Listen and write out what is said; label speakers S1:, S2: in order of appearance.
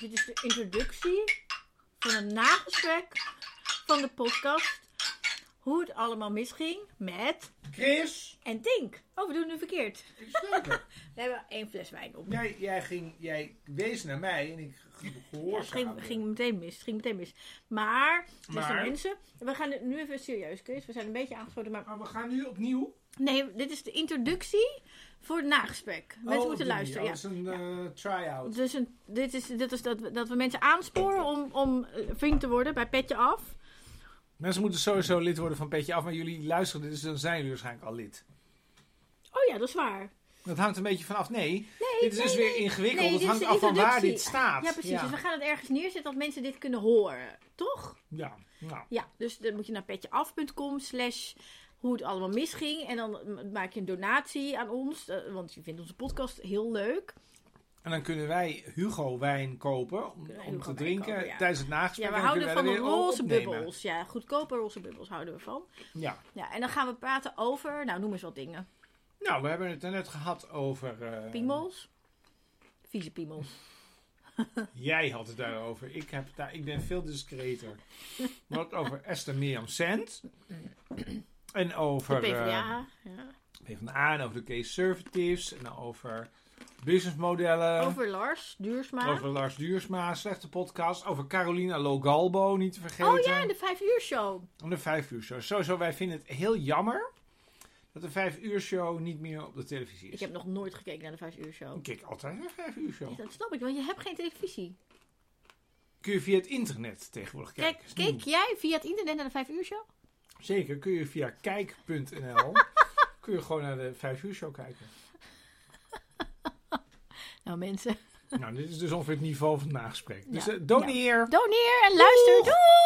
S1: Dit is de introductie van het nagesprek van de podcast. Hoe het allemaal misging met
S2: Chris,
S1: en Tink. Oh, we doen het nu verkeerd.
S2: ik snap het.
S1: We hebben één fles wijn op.
S2: Jij, jij, ging, jij wees naar mij en ik ge-
S1: Ja, het
S2: gehoorzaamde.
S1: ging, ging meteen mis, het ging meteen mis. Maar, beste
S2: Maar?
S1: mensen, we gaan het nu even serieus, Chris. We zijn een beetje aangeschoten, maar...
S2: Maar we gaan nu opnieuw.
S1: Nee, dit is de introductie voor het nagesprek. Mensen
S2: Oh,
S1: moeten
S2: opnieuw.
S1: luisteren,
S2: Oh,
S1: ja.
S2: Dat is een eh, try-out.
S1: Dus een, dit is, dit is dat, we- dat we mensen aansporen om, om eh, vriend te worden bij Petje Af.
S2: Mensen moeten sowieso lid worden van Petje Af, maar jullie luisteren, dus dan zijn jullie waarschijnlijk al lid.
S1: Oh ja, dat is waar.
S2: Dat hangt een beetje vanaf. Nee, dit is dus weer ingewikkeld.
S1: Nee, dit
S2: het
S1: is
S2: hangt
S1: de
S2: af van waar
S1: introductie.
S2: dit staat.
S1: Ja, precies.
S2: Ja,
S1: Dus we gaan het ergens neerzetten dat mensen dit kunnen horen. Toch?
S2: Ja, nou.
S1: Ja, dus dan moet je naar petjeaf.com slash hoe het allemaal misging. En dan m- maak je een donatie aan ons. eh, Want je vindt onze podcast heel leuk.
S2: En dan kunnen wij Hugo wijn kopen om,
S1: Kunnen
S2: om
S1: Hugo
S2: te
S1: wijn
S2: drinken
S1: kopen, ja.
S2: tijdens het
S1: Ja,
S2: nagesprek.
S1: we
S2: En dan
S1: houden van
S2: kunnen
S1: de
S2: wij er weer
S1: roze
S2: opnemen.
S1: bubbels. Ja, goedkope roze bubbels houden we van.
S2: Ja.
S1: Ja, en dan gaan we praten over, nou noem eens wat dingen.
S2: Nou, we hebben het er net gehad over... eh,
S1: Piemels. Vieze piemels.
S2: Jij had het daarover. Ik, heb het daar, ik ben veel discreter. We hadden het over Esther Mirjam Sand. En
S1: De
S2: over eh,
S1: PvdA. Ja.
S2: PvdA en over de case Conservatives. En over businessmodellen.
S1: Over Lars, Duursma.
S2: over Lars Duursma, slechte podcast. Over Carolina Logalbo, niet te vergeten.
S1: Oh ja, de vijf uur show.
S2: Om de vijf uur show. Sowieso, wij vinden het heel jammer dat de vijf uur show niet meer op de televisie is.
S1: Ik heb nog nooit gekeken naar de vijf uur show.
S2: Ik kijk altijd naar de vijf uur show.
S1: Dat snap ik, want je hebt geen televisie.
S2: Kun je via het internet tegenwoordig kijken.
S1: Kijk,
S2: Is nieuw.
S1: keek jij via het internet naar de vijf uur show?
S2: Zeker, kun je via kijk.nl kun je gewoon naar de 5 uur show kijken.
S1: Nou mensen,
S2: Nou, dit is dus ongeveer het niveau van het nagesprek. Dus
S1: Ja.
S2: eh, doneer.
S1: doneer en luister. Doei!